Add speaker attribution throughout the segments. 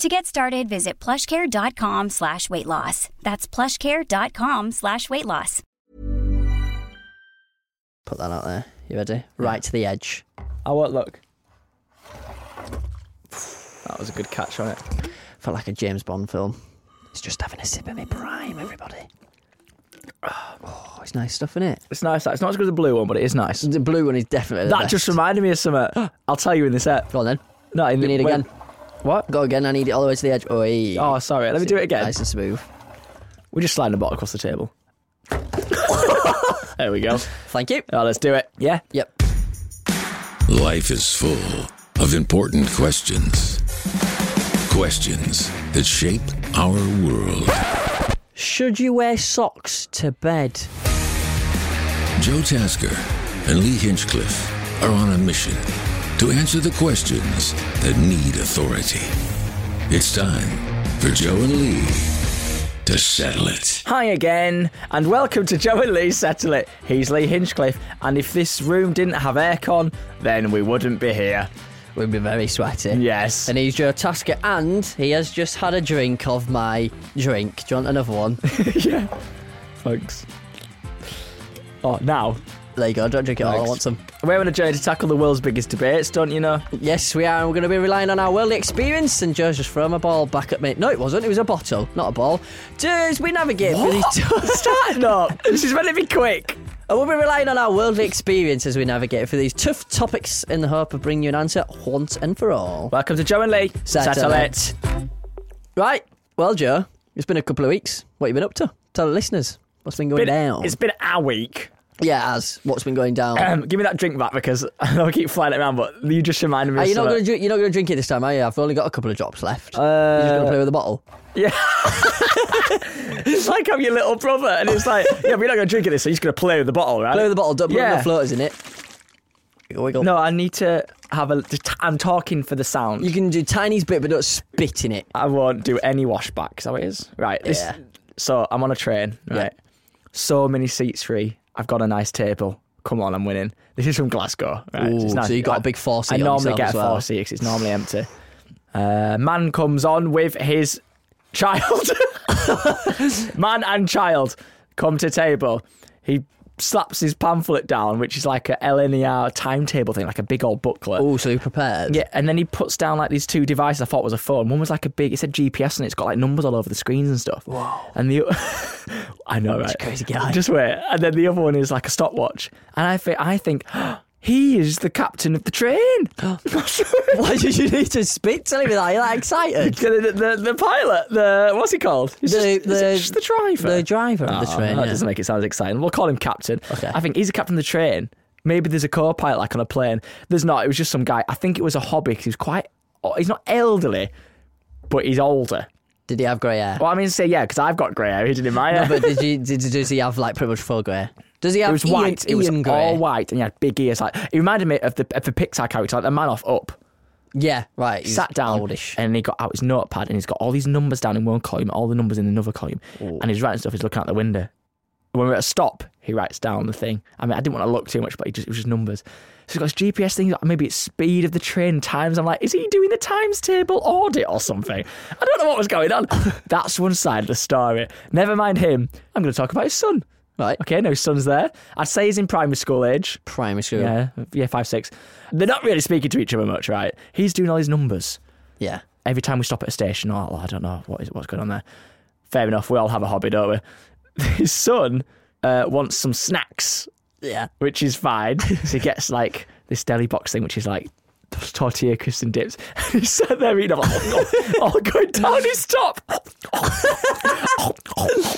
Speaker 1: To get started, visit plushcare.com slash weight loss. That's plushcare.com slash weight loss.
Speaker 2: Put that out there. You ready? Right to the edge.
Speaker 3: I won't Oh, look. That was a good catch on it.
Speaker 2: Felt like a James Bond film. It's just having a sip of my prime, everybody. Oh, it's nice stuff, isn't it?
Speaker 3: It's nice. That. It's not as good as the blue one, but it is nice.
Speaker 2: The blue one is definitely the
Speaker 3: That
Speaker 2: best.
Speaker 3: just reminded me of something. I'll tell you in the set.
Speaker 2: Go on then.
Speaker 3: No, in
Speaker 2: You
Speaker 3: the,
Speaker 2: need
Speaker 3: when-
Speaker 2: again.
Speaker 3: What?
Speaker 2: Go again. I need it all the way to the edge. Oi.
Speaker 3: Oh, sorry. Let me do it again.
Speaker 2: Nice and smooth.
Speaker 3: We're just sliding the bottle across the table. there we go.
Speaker 2: Thank you.
Speaker 3: Oh, let's do it. Yeah.
Speaker 2: Yep.
Speaker 4: Life is full of important questions. Questions that shape our world.
Speaker 2: Should you wear socks to bed?
Speaker 4: Joe Tasker and Lee Hinchcliffe are on a mission to answer the questions that need authority. It's time for Joe and Lee to settle it.
Speaker 3: Hi again, and welcome to Joe and Lee Settle It. He's Lee Hinchcliffe, and if this room didn't have aircon, then we wouldn't be here.
Speaker 2: We'd be very sweaty.
Speaker 3: Yes.
Speaker 2: And he's Joe Tasker, and he has just had a drink of my drink. Do you want another one?
Speaker 3: yeah. Thanks. Oh, now.
Speaker 2: there you go. Don't drink it all. I
Speaker 3: Thanks.
Speaker 2: want some.
Speaker 3: We're on a journey to tackle the world's biggest debates, don't you know?
Speaker 2: Yes, we are. and We're going to be relying on our worldly experience. And Joe's just thrown a ball back at me. No, it wasn't. It was a bottle, not a ball. Just we navigate through these tough.
Speaker 3: Starting up. This is meant to be quick.
Speaker 2: And we'll be relying on our worldly experience as we navigate through these tough topics in the hope of bringing you an answer once and for all.
Speaker 3: Welcome to Joe and Lee
Speaker 2: Settle
Speaker 3: Satellite.
Speaker 2: Right. Well, Joe, it's been a couple of weeks. What have you been up to? Tell the listeners what's been going down.
Speaker 3: It's been our week.
Speaker 2: Yeah, as what's been going down.
Speaker 3: Um, give me that drink back because I know I keep flying it around, but you just reminded me.
Speaker 2: Are
Speaker 3: of
Speaker 2: you not
Speaker 3: something.
Speaker 2: going to you're not going to drink it this time, are you? I've only got a couple of drops left. you're
Speaker 3: Uh,
Speaker 2: just going to play with the bottle.
Speaker 3: Yeah. it's like I'm your little brother, and it's like, yeah, we're not going to drink it this, so he's going to play with the bottle, right?
Speaker 2: Play with the bottle. Don't put
Speaker 3: Yeah.
Speaker 2: no floaters in it. Wiggle, wiggle.
Speaker 3: No, I need to have a. Just, I'm talking for the sound.
Speaker 2: You can do tiniest bit, but don't spit in it.
Speaker 3: I won't do any washback. Is that what it is? Right. This,
Speaker 2: Yeah.
Speaker 3: So I'm on a train,
Speaker 2: Yeah.
Speaker 3: right? So many seats free. I've got a nice table. Come on, I'm winning. This is from Glasgow. Right?
Speaker 2: Ooh,
Speaker 3: it's
Speaker 2: so you got a big four
Speaker 3: I
Speaker 2: seat on
Speaker 3: normally
Speaker 2: yourself
Speaker 3: get
Speaker 2: as
Speaker 3: a
Speaker 2: well.
Speaker 3: four seat 'cause it's normally empty. Uh, man comes on with his child. man and child come to table. He slaps his pamphlet down, which is like a LNER timetable thing, like a big old booklet.
Speaker 2: Oh, so you prepared?
Speaker 3: Yeah, and then he puts down like these two devices I thought was a phone. One was like a big, it said GPS and it's got like numbers all over the screens and stuff. Wow. And the, o- I know, right?
Speaker 2: crazy guy.
Speaker 3: Just wait. And then the other one is like a stopwatch. And I think, I think, he is the captain of the train.
Speaker 2: Why did you need to spit? Tell me that. You're that excited.
Speaker 3: The, the, the pilot, the what's he called? He's
Speaker 2: The-
Speaker 3: just, the,
Speaker 2: the-
Speaker 3: just the driver.
Speaker 2: the driver of the
Speaker 3: Oh,
Speaker 2: train,
Speaker 3: That
Speaker 2: yeah.
Speaker 3: doesn't make it sound as exciting. We'll call him captain.
Speaker 2: Okay.
Speaker 3: I think he's the captain of the train. Maybe there's a co-pilot like on a plane. There's not. It was just some guy. I think it was a hobby. 'cause he was quite. oh, He's not elderly, but he's older.
Speaker 2: Did he have grey hair?
Speaker 3: Well, I mean, say yeah, because I've got grey hair. He didn't in my hair.
Speaker 2: but did you? Did, does he have like pretty much full grey? Does he have?
Speaker 3: it was
Speaker 2: Ian-
Speaker 3: white. it was
Speaker 2: Ian grey?
Speaker 3: all white, and he had big ears. Like it reminded me of the of the Pixar character, like the man off Up.
Speaker 2: Yeah, right. he's
Speaker 3: sat down
Speaker 2: oldish.
Speaker 3: and he got out his notepad and he's got all these numbers down in one column, all the numbers in another column, and he's writing stuff. He's looking out the window. When we're at a stop, he writes down the thing. I mean, I didn't want to look too much, but he just, it was just numbers. So he's got his GPS thing. he's like, Maybe it's speed of the train times. I'm like, is he doing the times table audit or something? I don't know what was going on. That's one side of the story. Never mind him. I'm going to talk about his son.
Speaker 2: Right.
Speaker 3: Okay, no his son's there. I'd say he's in primary school age.
Speaker 2: Primary school. Yeah.
Speaker 3: Yeah, yeah, five, six. They're not really speaking to each other much, right? He's doing all his numbers every time we stop at a station, oh, I don't know what is what's going on there. Fair enough, we all have a hobby, don't we? His son uh, wants some snacks,
Speaker 2: Yeah.
Speaker 3: which is fine. so he gets like this deli box thing, which is like tortilla crisps and dips. And he sat there eating, "Oh, all, all, all going down his top,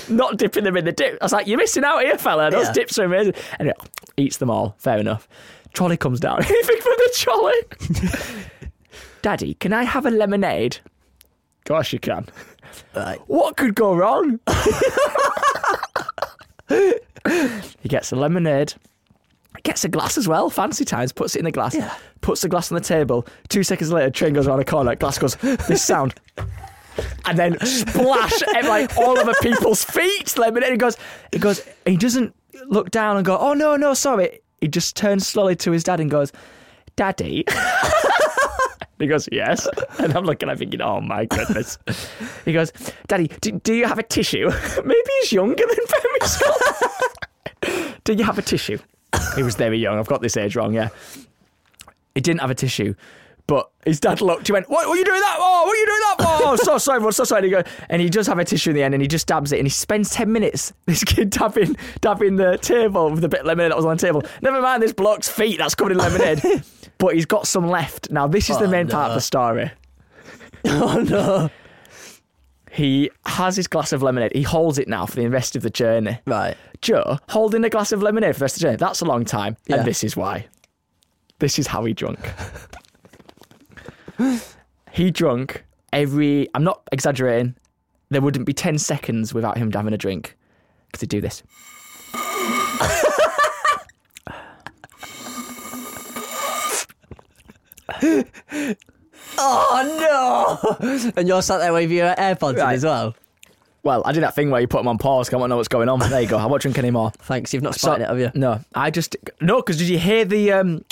Speaker 3: not dipping them in the dip. I was like, "You're missing out here, fella. Those
Speaker 2: Yeah.
Speaker 3: dips are amazing." And he eats them all. Fair enough. Trolley comes down. Anything for the trolley? Daddy, can I have a lemonade? Gosh, you can.
Speaker 2: Right.
Speaker 3: What could go wrong? he gets a lemonade, gets a glass as well, fancy times, puts it in the glass,
Speaker 2: Yeah.
Speaker 3: puts the glass on the table. Two seconds later, train goes around a corner, glass goes, this sound. And then splash at like all over people's feet. Lemonade. He goes, he goes, he doesn't look down and go, oh no, no, sorry. He just turns slowly to his dad and goes, Daddy. He goes, Yes. And I'm looking, I'm thinking, Oh my goodness. He goes, Daddy, do, do you have a tissue? Maybe he's younger than primary school. do you have a tissue? He was very young. I've got this age wrong, yeah. He didn't have a tissue. But his dad looked, he went, What were you doing that for? What are you doing that for? Oh, so sorry, everyone, so sorry. And he, go, and he does have a tissue in the end and he just dabs it and he spends 10 minutes, this kid dabbing, dabbing the table with the bit of lemonade that was on the table. Never mind this bloke's feet, that's covered in lemonade. but he's got some left. Now, this is the
Speaker 2: Oh,
Speaker 3: main part of
Speaker 2: no.
Speaker 3: the story.
Speaker 2: Oh no.
Speaker 3: He has his glass of lemonade. He holds it now for the rest of the journey.
Speaker 2: Right.
Speaker 3: Joe holding a glass of lemonade for the rest of the journey. That's a long time.
Speaker 2: Yeah.
Speaker 3: And this is why. This is how he drunk. he drunk every, I'm not exaggerating, there wouldn't be 10 seconds without him having a drink. Because he'd do this.
Speaker 2: Oh no. And you're sat there with your AirPods in
Speaker 3: Right.
Speaker 2: as well.
Speaker 3: Well, I did that thing where you put them on pause 'cause I want to know what's going on. There you go. I won't drink anymore.
Speaker 2: Thanks, you've not
Speaker 3: So-
Speaker 2: spotted it, have you?
Speaker 3: No, I just no. Because did you hear the um,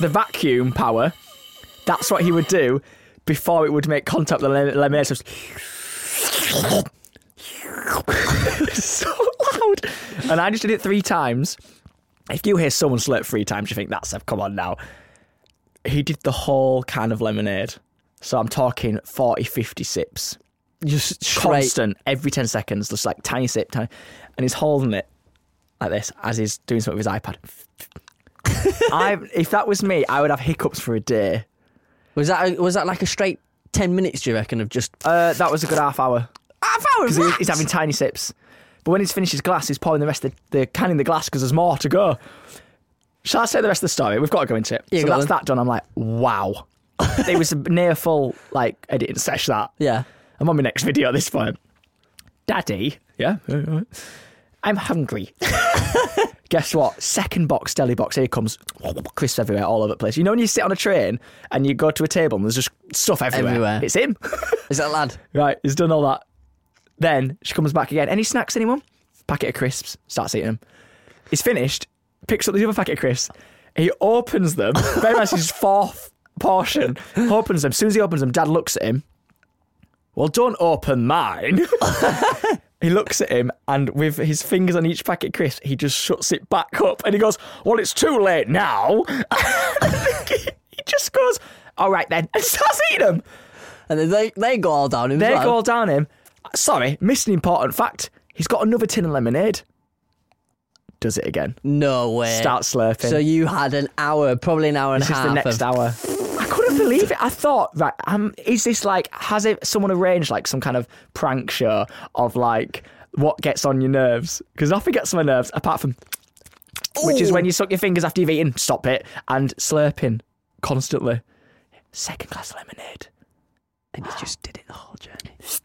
Speaker 3: the vacuum power? That's what he would do before it would make contact with the lem- lemonade. So it's so loud, and I just did it three times. If you hear someone slurp three times, you think that's a come on now. He did the whole can of lemonade. So I'm talking 40, 50 sips
Speaker 2: Just straight.
Speaker 3: constant every 10 seconds just like tiny sip tiny and he's holding it like this as he's doing something with his ipad I, if that was me i would have hiccups for a day
Speaker 2: Was that was that like a straight ten minutes? Do you reckon of just
Speaker 3: uh, that was a good half hour
Speaker 2: half hour?
Speaker 3: because he's having tiny sips but when he's finished his glass he's pouring the rest of the, the can in the glass because there's more to go shall i say the rest of the story we've got to go into it
Speaker 2: Yeah,
Speaker 3: so
Speaker 2: go
Speaker 3: that's
Speaker 2: on.
Speaker 3: that done i'm like wow it was a near full like editing sesh that
Speaker 2: Yeah.
Speaker 3: I'm on my next video at this point. Daddy. Yeah. I'm hungry. Guess what? Second box, deli box. Here comes crisps everywhere, all over the place. You know when you sit on a train and you go to a table and there's just stuff everywhere.
Speaker 2: Everywhere.
Speaker 3: It's him.
Speaker 2: Is that a lad?
Speaker 3: right. He's done all that. Then she comes back again. Any snacks, anyone? Packet of crisps. Starts eating them. He's finished. Picks up the other packet of crisps. He opens them. Very much his fourth portion. Opens them. As soon as he opens them, Dad looks at him. Well, don't open mine. he looks at him and with his fingers on each packet of crisps, he just shuts it back up and he goes, Well, it's too late now. he just goes, All right then, and starts eating them.
Speaker 2: And then they they go all down him. as
Speaker 3: They
Speaker 2: well.
Speaker 3: go all down him. Sorry, missed an important fact. He's got another tin of lemonade. Does it again.
Speaker 2: No way.
Speaker 3: Start slurping.
Speaker 2: So you had an hour, probably an hour and
Speaker 3: this
Speaker 2: a
Speaker 3: is
Speaker 2: half.
Speaker 3: the next
Speaker 2: of,
Speaker 3: hour. I couldn't believe it. I thought, right, um, is this like has it someone arranged like some kind of prank show of like what gets on your nerves? Because nothing gets on my nerves apart from which is when you suck your fingers after you've eaten. Stop it and slurping constantly. Second class lemonade.
Speaker 2: And you just did it the whole journey.
Speaker 3: It's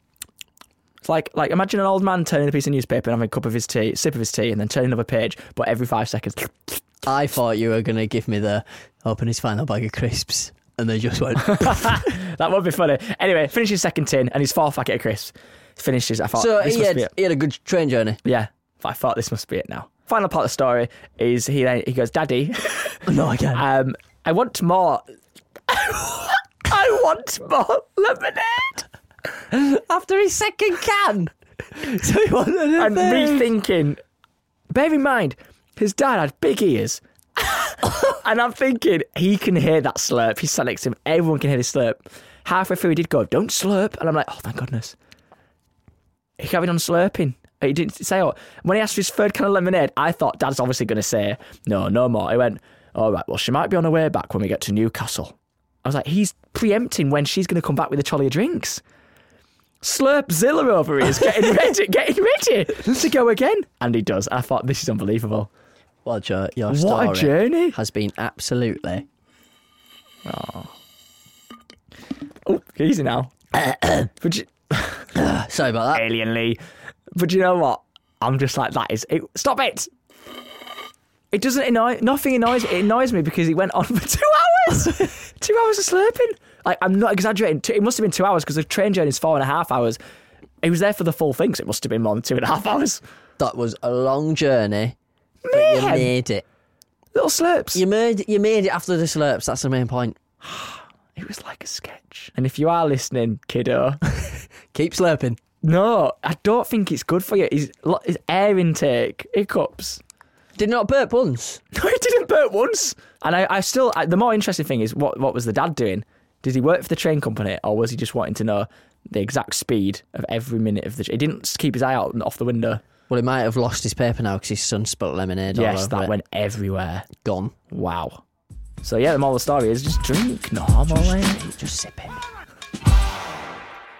Speaker 3: like like imagine an old man turning a piece of newspaper and having a cup of his tea, sip of his tea, and then turning another page, but every five seconds.
Speaker 2: I thought you were gonna give me the open his final bag of crisps, and they just went.
Speaker 3: that would be funny. Anyway, finishes second tin and his fourth packet of crisps. Finishes. I thought
Speaker 2: so
Speaker 3: this
Speaker 2: he
Speaker 3: must be
Speaker 2: had,
Speaker 3: it.
Speaker 2: he had a good train journey.
Speaker 3: Yeah, I thought this must be it now. Final part of the story is he then he goes, Daddy,
Speaker 2: No, I can't.
Speaker 3: um, I want more. I want more lemonade.
Speaker 2: After his second can. so he wanted a
Speaker 3: and
Speaker 2: third.
Speaker 3: rethinking. Bear in mind, his dad had big ears. and I'm thinking, he can hear that slurp. He's sat next to him. Everyone can hear his slurp. Halfway through, he did go, don't slurp. And I'm like, oh, thank goodness. He carried on slurping. He didn't say, oh, when he asked for his third can of lemonade, I thought dad's obviously going to say, no, no more. He went, all right, well, she might be on her way back when we get to Newcastle. I was like, he's preempting when she's going to come back with a trolley of drinks. Slurpzilla over here is getting ready, getting ready to go again. And he does. I thought, this is unbelievable.
Speaker 2: Well, Joe, your story
Speaker 3: What a journey.
Speaker 2: has been absolutely.
Speaker 3: Oh, easy now. but you,
Speaker 2: Sorry about that.
Speaker 3: Alien Lee. But you know what? I'm just like that is it. Stop it. It doesn't annoy. Nothing annoys. It annoys me because it went on for two hours. two hours of slurping. Like I'm not exaggerating. Two- It must have been two hours because the train journey is four and a half hours. He was there for the full thing, so it must have been more than two and a half hours.
Speaker 2: That was a long journey, but you
Speaker 3: Man.
Speaker 2: made it.
Speaker 3: Little slurps.
Speaker 2: You made you made it after the slurps. That's the main point.
Speaker 3: It was like a sketch. And if you are listening, kiddo,
Speaker 2: Keep slurping.
Speaker 3: no, I don't think it's good for you. His, lo- his air intake hiccups.
Speaker 2: Did not burp once.
Speaker 3: No, he didn't burp once. And I, I still, I, the more interesting thing is, what, what was the dad doing? Did he work for the train company, or was he just wanting to know the exact speed of every minute of the? He didn't keep his eye out and off the window.
Speaker 2: Well, he might have lost his paper now because his son spilt lemonade. all
Speaker 3: yes,
Speaker 2: over
Speaker 3: that
Speaker 2: it.
Speaker 3: went everywhere.
Speaker 2: gone.
Speaker 3: Wow. So yeah, the moral of the story is just drink normally.
Speaker 2: Just sip it.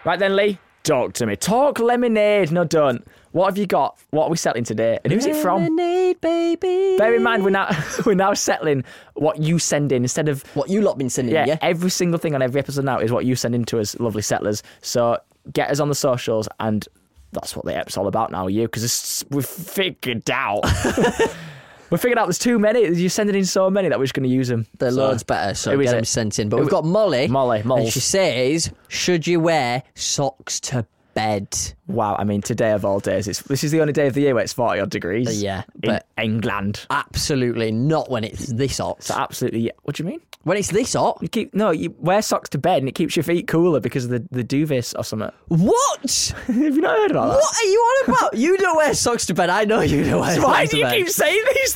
Speaker 3: Right then, Lee, talk to me. Talk lemonade. No, don't. What have you got? What are we selling today? And who's it from?
Speaker 2: Lemonade, baby.
Speaker 3: Bear in mind, we're now we're now settling what you send in instead of
Speaker 2: What you lot been sending?
Speaker 3: Yeah, eh,
Speaker 2: Yeah.
Speaker 3: every single thing on every episode now is what you send in to us, lovely settlers. So get us on the socials, and that's what the app's all about now, you, because we've figured out. we figured out there's too many. You're sending in so many that we're just going to use them.
Speaker 2: They're
Speaker 3: So-
Speaker 2: loads better, so
Speaker 3: Who is
Speaker 2: get them
Speaker 3: it?
Speaker 2: sent in. But
Speaker 3: Who-
Speaker 2: we've got Molly.
Speaker 3: Molly,
Speaker 2: And
Speaker 3: Moles.
Speaker 2: she says, should you wear socks to bed?
Speaker 3: Wow, I mean, today of all days, it's this is the only day of the year where it's 40 odd degrees.
Speaker 2: Yeah,
Speaker 3: in
Speaker 2: but-
Speaker 3: England.
Speaker 2: Absolutely not when it's this hot.
Speaker 3: So absolutely, yeah. What do you mean?
Speaker 2: When it's this hot?
Speaker 3: You keep no, you wear socks to bed and it keeps your feet cooler because of the the duvets or something.
Speaker 2: What?
Speaker 3: Have you not heard about that?
Speaker 2: What are you on about? You don't wear socks to bed. I know you don't wear
Speaker 3: Why
Speaker 2: socks to
Speaker 3: do you
Speaker 2: bed.
Speaker 3: keep saying these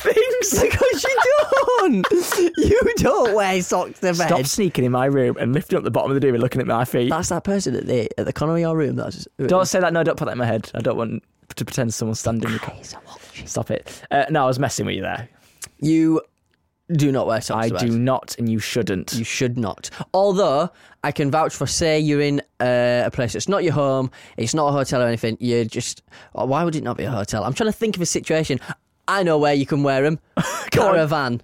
Speaker 3: things?
Speaker 2: Because you don't. you don't wear socks to bed.
Speaker 3: Stop sneaking in my room and lifting up the bottom of the duvet, looking at my feet.
Speaker 2: That's that person at the at the corner of your room. That's
Speaker 3: Don't say that. No, don't put that in my head. I don't want to pretend someone's standing. in the co- Stop it. Uh, no, I was messing with you there.
Speaker 2: you do not wear socks.
Speaker 3: I
Speaker 2: to bed.
Speaker 3: do not, and you shouldn't.
Speaker 2: You should not. Although I can vouch for, say, you're in uh, a place that's not your home, it's not a hotel or anything. You're just. oh, why would it not be a hotel? I'm trying to think of a situation. I know where you can wear them. caravan.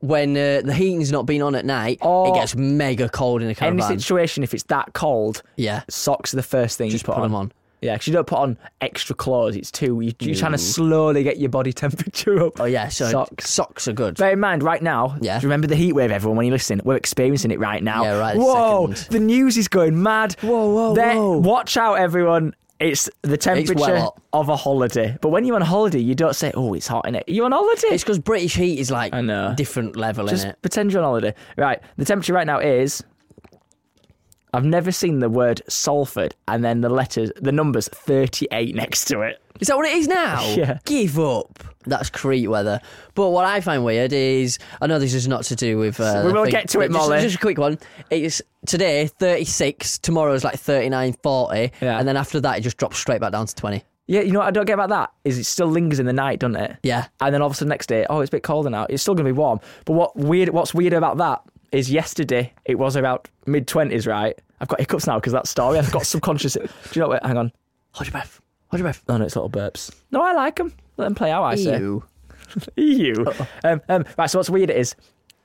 Speaker 2: When uh, the heating's not been on at night,
Speaker 3: Or-
Speaker 2: it gets mega cold in a
Speaker 3: Oh. Any
Speaker 2: caravan.
Speaker 3: situation, if it's that cold,
Speaker 2: yeah,
Speaker 3: socks are the first thing
Speaker 2: Just
Speaker 3: you put,
Speaker 2: put
Speaker 3: on.
Speaker 2: 'em on.
Speaker 3: Yeah, because you don't put on extra clothes. It's too. You, you're trying to slowly get your body temperature up.
Speaker 2: Oh yeah, so
Speaker 3: socks.
Speaker 2: socks, are good.
Speaker 3: Bear in mind, right now,
Speaker 2: Yeah.
Speaker 3: do you remember the heat wave, everyone, when you listen? We're experiencing it right now.
Speaker 2: Yeah, right this
Speaker 3: Whoa,
Speaker 2: second.
Speaker 3: the news is going mad.
Speaker 2: Whoa, whoa,
Speaker 3: There-
Speaker 2: whoa.
Speaker 3: Watch out, everyone. It's the temperature
Speaker 2: hot.
Speaker 3: of a holiday. But when you're on holiday, you don't say, oh, it's hot in it. You're on holiday.
Speaker 2: It's because British heat is like
Speaker 3: I know.
Speaker 2: different level
Speaker 3: Just
Speaker 2: in it.
Speaker 3: pretend you're on holiday. Right, the temperature right now is. I've never seen the word Salford and then the letters, the numbers 38 next to it.
Speaker 2: Is that what it is now?
Speaker 3: Yeah.
Speaker 2: Give up. That's Crete weather. But what I find weird is, I know this is not to do with. Uh,
Speaker 3: We
Speaker 2: the
Speaker 3: will
Speaker 2: thing-
Speaker 3: get to it,
Speaker 2: just-
Speaker 3: Molly.
Speaker 2: Just, a quick one. It's today 36. Tomorrow's like 39, 40,
Speaker 3: Yeah.
Speaker 2: and then after that it just drops straight back down to 20.
Speaker 3: Yeah, you know what I don't get about that is it still lingers in the night, doesn't it?
Speaker 2: Yeah.
Speaker 3: And then all of a sudden next day, oh, it's a bit colder now. It's still going to be warm. But what weird, what's weird about that is yesterday it was about mid twenties, right? I've got hiccups now because that story. I've got subconscious. Do you know what? Hang on.
Speaker 2: Hold your breath. Hold your breath.
Speaker 3: No, no, it's little burps. No, I like them. Let them play out. I say.
Speaker 2: Ew.
Speaker 3: EU. Um, um, right. So what's weird it is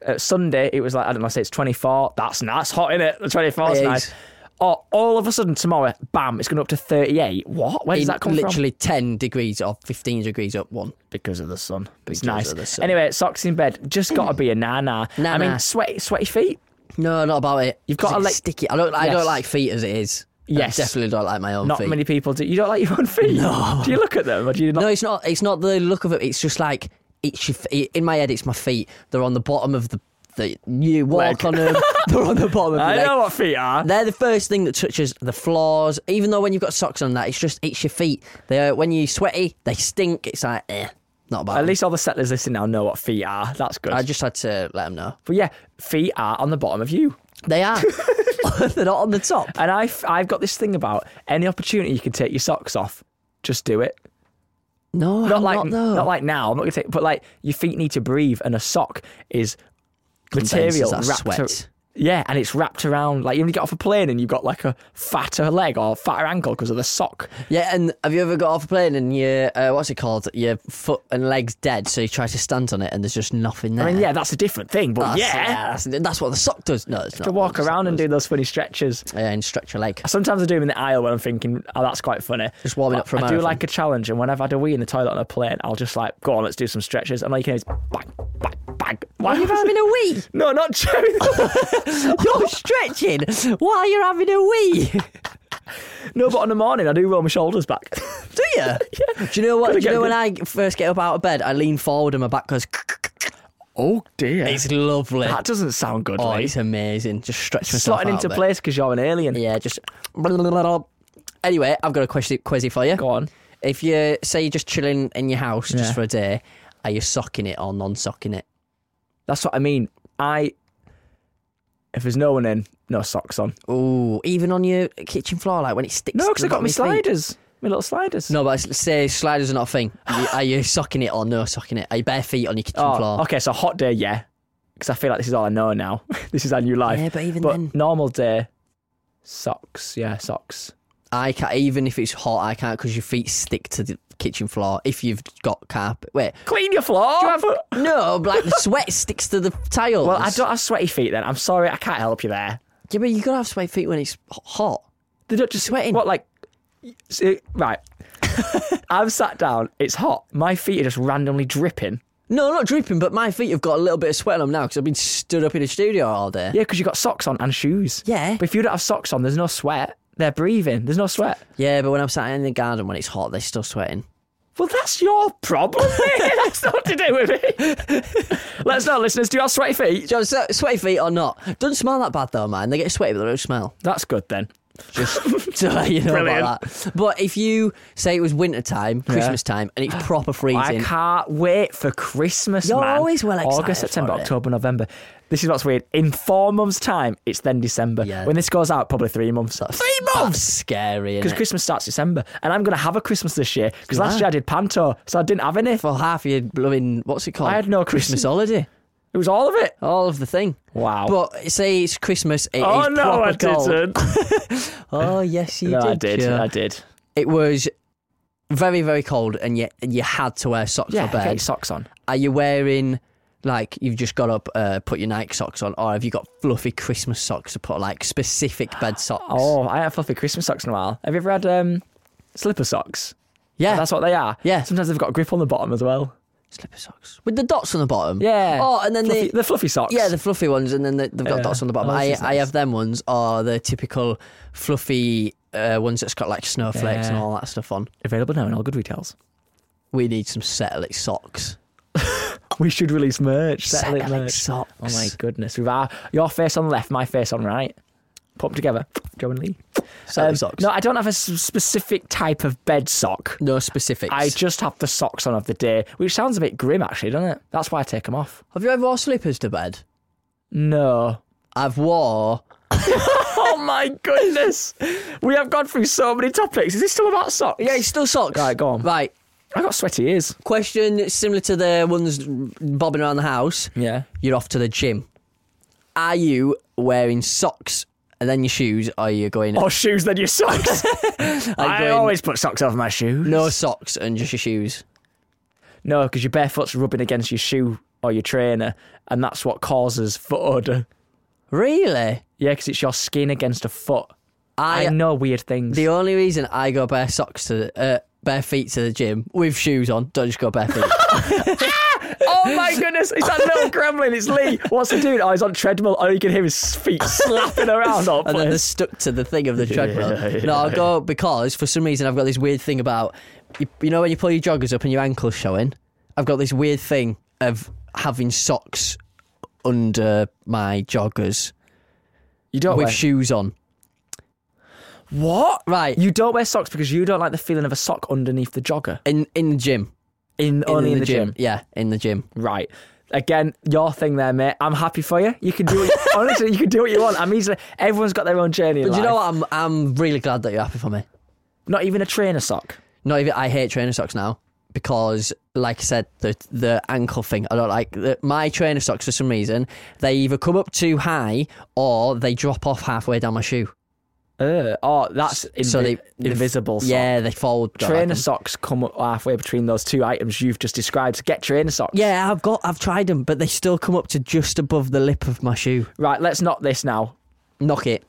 Speaker 3: uh, Sunday. It was like I don't know. Say it's twenty four. That's nice. Hot in it. The twenty four is
Speaker 2: It
Speaker 3: nice.
Speaker 2: is.
Speaker 3: Or all of a sudden tomorrow, bam, it's going up to thirty eight. What? Where does
Speaker 2: In
Speaker 3: that come from?
Speaker 2: literally 10 degrees or 15 degrees up one.
Speaker 3: because of the sun.
Speaker 2: Because
Speaker 3: it's nice.
Speaker 2: of the sun.
Speaker 3: Anyway, socks in bed. Just gotta be a na na. I
Speaker 2: Nah-nah.
Speaker 3: mean, sweaty, sweaty feet.
Speaker 2: No, not about it.
Speaker 3: You've got
Speaker 2: 'Cause
Speaker 3: to
Speaker 2: it's
Speaker 3: let-
Speaker 2: sticky. I don't. I
Speaker 3: Yes.
Speaker 2: don't like feet as it is.
Speaker 3: Yes.
Speaker 2: I definitely don't like my own
Speaker 3: Not
Speaker 2: feet.
Speaker 3: many people do. You don't like your own feet. No. Do you look at them or do you not?
Speaker 2: No, it's not. It's not the look of it. It's just like it's your, f- in my head. It's my feet. They're on the bottom of the. the you walk
Speaker 3: Leg.
Speaker 2: on them. They're on the bottom of the
Speaker 3: I
Speaker 2: leg.
Speaker 3: know what feet are.
Speaker 2: They're the first thing that touches the floors. Even though when you've got socks on, that it's just it's your feet. They are, when you sweaty, they stink. It's like eh, not bad.
Speaker 3: At least all the settlers listening now know what feet are. That's good.
Speaker 2: I just had to let them know
Speaker 3: but yeah, feet are on the bottom of you.
Speaker 2: they are. They're not on the top.
Speaker 3: And I've, I've got this thing about any opportunity you can take your socks off, just do it.
Speaker 2: No,
Speaker 3: Not
Speaker 2: I'm
Speaker 3: like
Speaker 2: not though.
Speaker 3: not like now. I'm not gonna take, but like your feet need to breathe, and a sock is
Speaker 2: Condenses
Speaker 3: material
Speaker 2: that
Speaker 3: wrapped. ar-
Speaker 2: sweat.
Speaker 3: yeah, and it's wrapped around. Like you only get off a plane and you've got like a fatter leg or fatter ankle because of the sock.
Speaker 2: Yeah, and have you ever got off a plane and your uh, what's it called? Your foot and legs dead, so you try to stand on it and there's just nothing there.
Speaker 3: I mean, yeah, that's a different thing, but
Speaker 2: That's-
Speaker 3: yeah,
Speaker 2: that's, that's what the sock does. No, it's not.
Speaker 3: to walk
Speaker 2: what the sock
Speaker 3: around and do
Speaker 2: does.
Speaker 3: those funny stretches.
Speaker 2: yeah, and stretch your leg.
Speaker 3: Sometimes I do them in the aisle when I'm thinking, oh, that's quite funny.
Speaker 2: Just warming up for a
Speaker 3: I do
Speaker 2: marathon.
Speaker 3: like a challenge, and whenever I do wee in the toilet on a plane, I'll just like, go on, let's do some stretches. And all you can hear is bang, bang, bang. Why
Speaker 2: You're having a wee.
Speaker 3: No, not Jerry.
Speaker 2: You're stretching while you're having a wee.
Speaker 3: no, but on the morning, I do roll my shoulders back.
Speaker 2: Do you? Do you know what? Do
Speaker 3: Gotta
Speaker 2: you
Speaker 3: get
Speaker 2: know when
Speaker 3: good-
Speaker 2: I first get up out of bed, I lean forward and my back goes.
Speaker 3: oh, dear.
Speaker 2: It's lovely.
Speaker 3: that doesn't sound good,
Speaker 2: Oh,
Speaker 3: Lee.
Speaker 2: it's amazing. Just stretch myself
Speaker 3: Slotting
Speaker 2: out
Speaker 3: into
Speaker 2: a bit.
Speaker 3: place because you're an alien.
Speaker 2: Yeah, just. Anyway, I've got a question, quizzy for you.
Speaker 3: Go on.
Speaker 2: If you say you're just chilling in your house
Speaker 3: Yeah.
Speaker 2: just for a day, are you socking it or non-socking it?
Speaker 3: That's what I mean. I. If there's no one in, no socks on.
Speaker 2: Ooh, even on your kitchen floor, like when it sticks.
Speaker 3: No,
Speaker 2: to
Speaker 3: because I
Speaker 2: the
Speaker 3: got my
Speaker 2: bottom of your feet.
Speaker 3: sliders. My little sliders.
Speaker 2: No, but I s- say sliders are not a thing. You- Are you socking it or no socking it? Are you bare feet on your kitchen
Speaker 3: Oh,
Speaker 2: floor?
Speaker 3: okay, so hot day, yeah. Because I feel like this is all I know now. this is our new life.
Speaker 2: Yeah, but even then-
Speaker 3: normal day, socks. Yeah, socks.
Speaker 2: I can't. Even if it's hot, I can't because your feet stick to the kitchen floor. If you've got carpet, wait.
Speaker 3: Clean your floor.
Speaker 2: No, but like the sweat sticks to the tiles.
Speaker 3: well, I don't have sweaty feet then. I'm sorry, I can't help you there.
Speaker 2: Yeah, but you gotta have sweaty feet when it's h- hot.
Speaker 3: They don't just
Speaker 2: Sweating.
Speaker 3: What like? see, right. I've sat down. It's hot. My feet are just randomly dripping.
Speaker 2: No, not dripping, but my feet have got a little bit of sweat on them now because I've been stood up in a studio all day.
Speaker 3: Yeah, because you got socks on and shoes.
Speaker 2: Yeah.
Speaker 3: But if you don't have socks on, there's no sweat. They're breathing. There's no sweat.
Speaker 2: Yeah, but when I'm sat in the garden when it's hot, they're still sweating.
Speaker 3: Well, that's your problem. mate. that's not to do with me. Let's know, listeners. Do you have sweaty feet?
Speaker 2: John, so, sweaty feet or not? Doesn't smell that bad though, man. They get sweaty, but they don't smell.
Speaker 3: That's good then.
Speaker 2: Just to let you know about
Speaker 3: Brilliant.
Speaker 2: that. But if you say it was winter time, Christmas time, and it's proper
Speaker 3: I
Speaker 2: freezing,
Speaker 3: can't wait for Christmas.
Speaker 2: You're
Speaker 3: man.
Speaker 2: always well excited
Speaker 3: August, September,
Speaker 2: for it.
Speaker 3: October, November. This is what's weird. In four months' time, it's then December.
Speaker 2: Yeah.
Speaker 3: When this goes out, probably three months. Three
Speaker 2: that's scary.
Speaker 3: Because
Speaker 2: Because
Speaker 3: Christmas starts December, and I'm going to have a Christmas this year. Because last
Speaker 2: are.
Speaker 3: year I did Panto, so I didn't have any.
Speaker 2: for half your blooming, what's it called?
Speaker 3: I had no
Speaker 2: Christmas
Speaker 3: Christmas.
Speaker 2: holiday.
Speaker 3: It was all of it.
Speaker 2: All of the thing.
Speaker 3: Wow.
Speaker 2: But say it's Christmas. It is
Speaker 3: oh no, I
Speaker 2: proper cold.
Speaker 3: didn't.
Speaker 2: Oh yes, you
Speaker 3: no,
Speaker 2: did.
Speaker 3: I did.
Speaker 2: Joe.
Speaker 3: I did.
Speaker 2: It was very very cold, and you you had to wear socks
Speaker 3: Yeah,
Speaker 2: for bed.
Speaker 3: get your socks on.
Speaker 2: Are you wearing like you've just got up, uh, put your Nike socks on, or have you got fluffy Christmas socks to put like specific bed socks?
Speaker 3: Oh, I haven't fluffy Christmas socks in a while. Have you ever had um, slipper socks?
Speaker 2: yeah,
Speaker 3: That's what they are.
Speaker 2: Yeah.
Speaker 3: Sometimes they've got a grip on the bottom as well.
Speaker 2: slipper socks with the dots on the bottom.
Speaker 3: Yeah.
Speaker 2: Oh, and then
Speaker 3: fluffy,
Speaker 2: the
Speaker 3: they're fluffy socks.
Speaker 2: yeah the fluffy ones, and then they they've got
Speaker 3: Yeah.
Speaker 2: dots on the bottom.
Speaker 3: Oh,
Speaker 2: I
Speaker 3: that's
Speaker 2: I
Speaker 3: nice.
Speaker 2: have them ones, or the typical fluffy uh, ones that's got like snowflakes and
Speaker 3: Yeah.
Speaker 2: all that stuff on.
Speaker 3: available now in all good retails.
Speaker 2: We need some Settle socks.
Speaker 3: We should release merch. Settle it
Speaker 2: Settle
Speaker 3: merch.
Speaker 2: socks.
Speaker 3: Oh my goodness! With our your face on left, my face on right. Put them together, Joe and Lee.
Speaker 2: Settle
Speaker 3: Um,
Speaker 2: socks.
Speaker 3: No, I don't have a s- specific type of bed sock.
Speaker 2: No specifics.
Speaker 3: I just have the socks on of the day, which sounds a bit grim, actually, doesn't it? That's why I take them off.
Speaker 2: Have you ever wore slippers to bed?
Speaker 3: No.
Speaker 2: I've wore.
Speaker 3: oh my goodness! We have gone through so many topics. Is this still about socks?
Speaker 2: Yeah, it's still socks.
Speaker 3: Right, go on.
Speaker 2: Right.
Speaker 3: I got sweaty ears.
Speaker 2: Question similar to the ones bobbing around the house.
Speaker 3: Yeah.
Speaker 2: You're off to the gym. Are you wearing socks and then your shoes? Or are you going
Speaker 3: Or shoes than your socks. I
Speaker 2: going-
Speaker 3: always put socks over my shoes.
Speaker 2: no socks and just your shoes?
Speaker 3: No, because your barefoot's rubbing against your shoe or your trainer, and that's what causes foot odor.
Speaker 2: Really?
Speaker 3: Yeah, because it's your skin against a foot.
Speaker 2: I,
Speaker 3: I, know weird things.
Speaker 2: the only reason I go bare socks to uh, bare feet to the gym with shoes on. Don't just go bare feet.
Speaker 3: oh my goodness, it's that little gremlin. It's Lee. What's he doing? Oh, he's on treadmill. All you can hear is feet slapping around. All
Speaker 2: and then they're
Speaker 3: place.
Speaker 2: stuck to the thing of the treadmill.
Speaker 3: yeah,
Speaker 2: no, I'll go because for some reason I've got this weird thing about you, you know when you pull your joggers up and your ankles showing. I've got this weird thing of having socks under my joggers
Speaker 3: you don't
Speaker 2: with
Speaker 3: wear
Speaker 2: shoes on.
Speaker 3: what?
Speaker 2: Right.
Speaker 3: You don't wear socks because you don't like the feeling of a sock underneath the jogger.
Speaker 2: in in the gym.
Speaker 3: In, only in, the, gym.
Speaker 2: Yeah, in the gym.
Speaker 3: Right. Again, your thing there, mate. I'm happy for you. You can do what you, honestly. You can do what you want. I'm easily. Everyone's got their own journey. in
Speaker 2: But do you
Speaker 3: life.
Speaker 2: know what? I'm I'm really glad that you're happy for me.
Speaker 3: Not even a trainer sock.
Speaker 2: Not even I hate trainer socks now because, like I said, the the ankle thing. I don't like the, my trainer socks for some reason. They either come up too high or they drop off halfway down my shoe.
Speaker 3: Uh, oh, that's invi-
Speaker 2: so they
Speaker 3: invisible. sock.
Speaker 2: Yeah, they fold. don't like
Speaker 3: Trainer
Speaker 2: them.
Speaker 3: socks come up halfway between those two items you've just described. So get trainer socks.
Speaker 2: Yeah, I've got, I've tried them, but they still come up to just above the lip of my shoe.
Speaker 3: Right, let's knock this now.
Speaker 2: Knock it.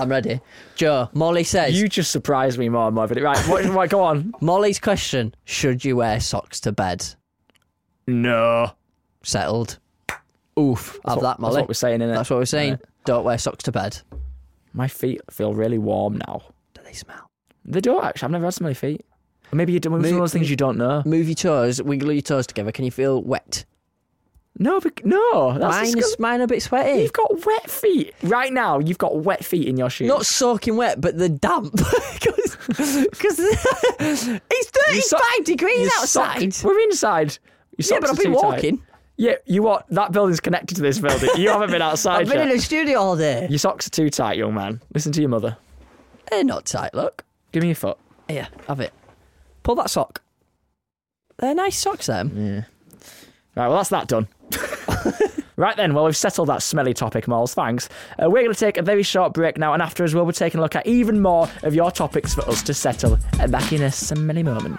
Speaker 2: I'm ready. Joe, Molly says,
Speaker 3: You just surprised me more and more. But right, what, what, go on.
Speaker 2: Molly's question, should you wear socks to bed?
Speaker 3: No.
Speaker 2: Settled. Oof, have
Speaker 3: what-
Speaker 2: that, Molly.
Speaker 3: That's what we're saying, innit?
Speaker 2: That's what we're saying.
Speaker 3: Right.
Speaker 2: Don't wear socks to bed.
Speaker 3: My feet feel really warm now.
Speaker 2: Do they smell?
Speaker 3: They do actually. I've never had so many feet. Maybe you don't, maybe it's one of those things you don't know.
Speaker 2: Move your toes, wiggle your toes together. Can you feel wet?
Speaker 3: No, bec- no. That's
Speaker 2: Mine
Speaker 3: disgust-
Speaker 2: is, mine are a bit sweaty.
Speaker 3: You've got wet feet right now. You've got wet feet in your shoes.
Speaker 2: Not soaking wet, but the damp. Because it's 35
Speaker 3: so-
Speaker 2: degrees
Speaker 3: Your sock-
Speaker 2: outside.
Speaker 3: we're inside. Your
Speaker 2: Yeah, but I've
Speaker 3: socks are
Speaker 2: been
Speaker 3: too tight.
Speaker 2: walking.
Speaker 3: Yeah, you are. That building's connected to this building. You haven't been outside.
Speaker 2: I've been
Speaker 3: yet.
Speaker 2: in the studio all day.
Speaker 3: Your socks are too tight, young man. Listen to your mother.
Speaker 2: They're not tight, look.
Speaker 3: Give me your foot.
Speaker 2: Here, have it. Pull that sock. They're nice socks, them.
Speaker 3: Yeah. Right, well, that's that done. right then, well, we've settled that smelly topic, Moles. Thanks. Uh, we're going to take a very short break now, and after as well, we're taking a look at even more of your topics for us to settle. Uh, back in a smelly moment.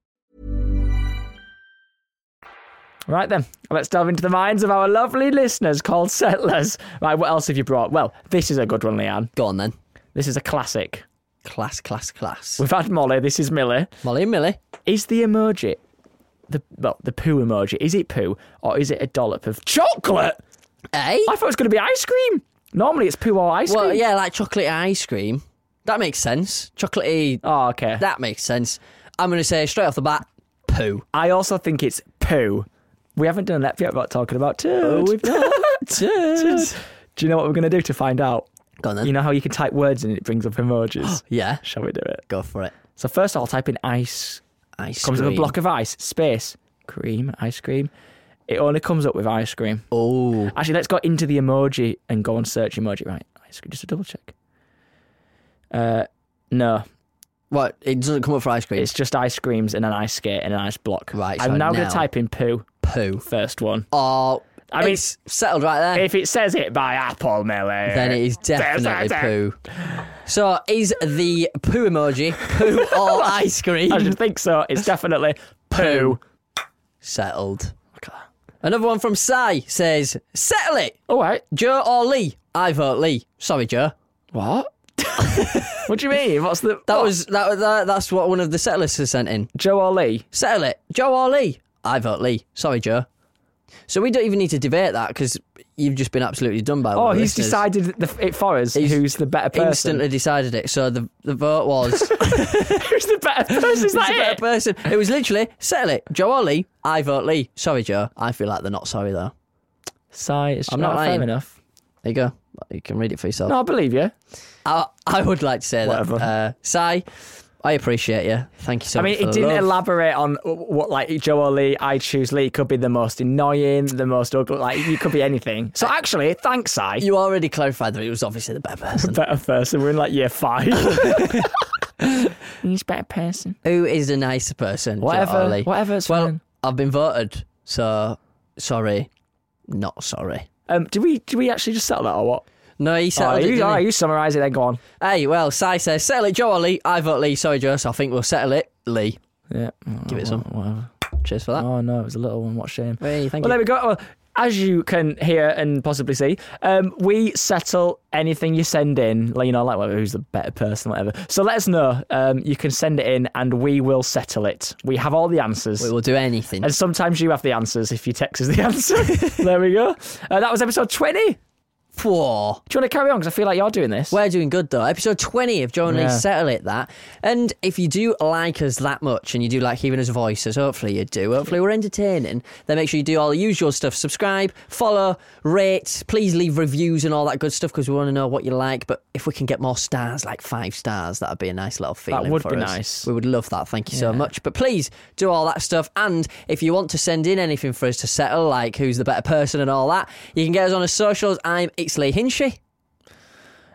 Speaker 3: Right then, let's delve into the minds of our lovely listeners called Settlers. Right, what else have you brought? Well, this is a good one, Leanne.
Speaker 2: Go on then.
Speaker 3: This is a classic.
Speaker 2: Class, class, class.
Speaker 3: We've had Molly, this is Millie.
Speaker 2: Molly and Millie.
Speaker 3: Is the emoji, the well, the poo emoji, is it poo or is it a dollop of chocolate?
Speaker 2: Hey?
Speaker 3: I thought it was going to be ice cream. Normally it's poo or ice
Speaker 2: Well,
Speaker 3: cream.
Speaker 2: yeah, like chocolate ice cream. That makes sense. Chocolatey.
Speaker 3: Oh, okay.
Speaker 2: That makes sense. I'm going to say straight off the bat, poo.
Speaker 3: I also think it's poo. We haven't done an ep yet about talking about turd.
Speaker 2: Oh, we've not.
Speaker 3: turd. Do you know what we're going to do to find out?
Speaker 2: Go on then.
Speaker 3: You know how you can type words and it brings up emojis?
Speaker 2: yeah.
Speaker 3: Shall we do it?
Speaker 2: Go for it.
Speaker 3: So first I'll type in ice.
Speaker 2: Ice
Speaker 3: Comes
Speaker 2: cream.
Speaker 3: with a block of ice, space, cream, ice cream. It only comes up with ice cream.
Speaker 2: Oh.
Speaker 3: Actually, let's go into the emoji and go and search emoji. Right, ice cream. Just to double check. Uh, no,
Speaker 2: What? It doesn't come up for ice cream.
Speaker 3: it's just ice creams and an ice skate and an ice block.
Speaker 2: Right,
Speaker 3: I'm
Speaker 2: so
Speaker 3: now, going
Speaker 2: now-
Speaker 3: to type in poo.
Speaker 2: poo.
Speaker 3: First one.
Speaker 2: Oh.
Speaker 3: I mean-
Speaker 2: it's settled right there.
Speaker 3: If it says it by Apple Millie,
Speaker 2: then it is definitely poo. So is the poo emoji poo or ice cream?
Speaker 3: I just think so. It's definitely poo.
Speaker 2: Settled. Another one from Sai says, settle it.
Speaker 3: All right.
Speaker 2: Joe or Lee? I vote Lee. Sorry, Joe.
Speaker 3: What? what do you mean? What's the
Speaker 2: That
Speaker 3: what?
Speaker 2: was that, was- that. That's what one of the settlers has sent in.
Speaker 3: Joe or Lee?
Speaker 2: Settle it, Joe or Lee? I vote Lee. Sorry, Joe. So we don't even need to debate that because you've just been absolutely done by. one
Speaker 3: Oh,
Speaker 2: of the
Speaker 3: he's
Speaker 2: listeners.
Speaker 3: decided the, it for us. who's the better person?
Speaker 2: Instantly decided it. So the the vote was
Speaker 3: who's the better person? Is
Speaker 2: who's
Speaker 3: that
Speaker 2: the better
Speaker 3: it?
Speaker 2: person. It was literally settle it, Joe or Lee? I vote Lee. Sorry, Joe. I feel like they're not sorry though.
Speaker 3: Sigh, it's
Speaker 2: I'm
Speaker 3: not,
Speaker 2: not
Speaker 3: fair
Speaker 2: lying.
Speaker 3: enough.
Speaker 2: There you go. You can read it for yourself.
Speaker 3: No, I believe you.
Speaker 2: I, I would like to say that.
Speaker 3: Whatever.
Speaker 2: Uh, Sai, I appreciate you. Thank you so
Speaker 3: I mean,
Speaker 2: much. for
Speaker 3: it
Speaker 2: the
Speaker 3: didn't
Speaker 2: love.
Speaker 3: elaborate on what, like, Joe or Lee, I choose Lee could be the most annoying, the most ugly, like, you could be anything. So, actually, thanks, I.
Speaker 2: You already clarified that it was obviously the better person.
Speaker 3: better person. We're in, like, year five. He's a better person.
Speaker 2: Who is a nicer person? Jo
Speaker 3: Whatever,
Speaker 2: Orley?
Speaker 3: whatever, it's
Speaker 2: well,
Speaker 3: fine.
Speaker 2: I've been voted, so sorry, not sorry.
Speaker 3: Um, do we do we actually just settle that or what?
Speaker 2: No, he
Speaker 3: All
Speaker 2: settled
Speaker 3: right,
Speaker 2: it.
Speaker 3: you,
Speaker 2: didn't
Speaker 3: all right,
Speaker 2: he?
Speaker 3: you summarise it, then go on.
Speaker 2: Hey, well, Sai says settle it, Joe or Lee. I vote Lee. Sorry, Joe. So I think we'll settle it, Lee.
Speaker 3: Yeah,
Speaker 2: Give it some.
Speaker 3: Whatever.
Speaker 2: Cheers for that.
Speaker 3: Oh no, it was a little one. What shame.
Speaker 2: Hey, thank
Speaker 3: well,
Speaker 2: you.
Speaker 3: there we go. Well, as you can hear and possibly see, um, we settle anything you send in. Like you know, like whatever, who's the better person, whatever. So let us know. Um, you can send it in, and we will settle it. We have all the answers.
Speaker 2: We will do anything.
Speaker 3: And sometimes you have the answers if you text us the answer. there we go. Uh, that was episode 20. Do you
Speaker 2: Poor.
Speaker 3: want to carry on? Because I feel like you're doing this.
Speaker 2: We're doing good though. Episode 20 of Joe and
Speaker 3: Yeah.
Speaker 2: Lee Settle It That. And if you do like us that much and you do like hearing us voices, hopefully you do, hopefully we're entertaining, then make sure you do all the usual stuff. Subscribe, follow, rate, please leave reviews and all that good stuff because we want to know what you like. But if we can get more stars, like five stars, that'd be a nice little feeling
Speaker 3: would
Speaker 2: for
Speaker 3: be
Speaker 2: us.
Speaker 3: nice.
Speaker 2: We would love that. Thank you so much. But please do all that stuff. And if you want to send in anything for us to settle, like who's the better person and all that, you can get us on our socials. I'm It's Lee Hinchy.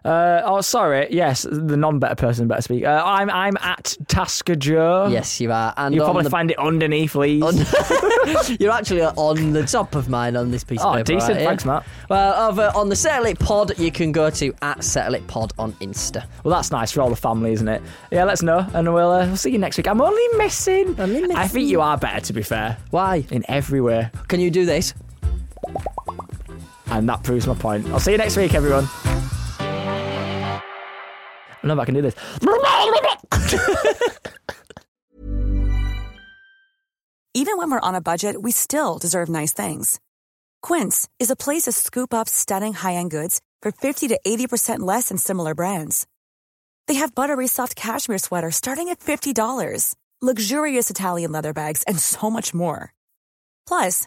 Speaker 3: Uh, oh, sorry. Yes, the non better person better speak. Uh, I'm I'm at Tasker Joe.
Speaker 2: Yes, you are. And
Speaker 3: You'll
Speaker 2: on
Speaker 3: probably
Speaker 2: the
Speaker 3: find it underneath, please.
Speaker 2: You're actually on the top of mine on this piece
Speaker 3: Oh,
Speaker 2: of paper.
Speaker 3: decent.
Speaker 2: right here.
Speaker 3: Thanks, Matt.
Speaker 2: Well, over on the Settle It Pod, you can go to at Settle It Pod on Insta.
Speaker 3: Well, that's nice for all the family, isn't it? Yeah, let's know, and we'll uh, we'll see you next week. I'm only missing.
Speaker 2: Only missing.
Speaker 3: I think you are better, to be fair,
Speaker 2: Why?
Speaker 3: in every way,
Speaker 2: Can you do this?
Speaker 3: and that proves my point. I'll see you next week, everyone. I know if I can do this.
Speaker 5: Even when we're on a budget, we still deserve nice things. Quince is a place to scoop up stunning high-end goods for 50 to 80% less than similar brands. They have buttery soft cashmere sweaters starting at $50, luxurious Italian leather bags, and so much more. Plus,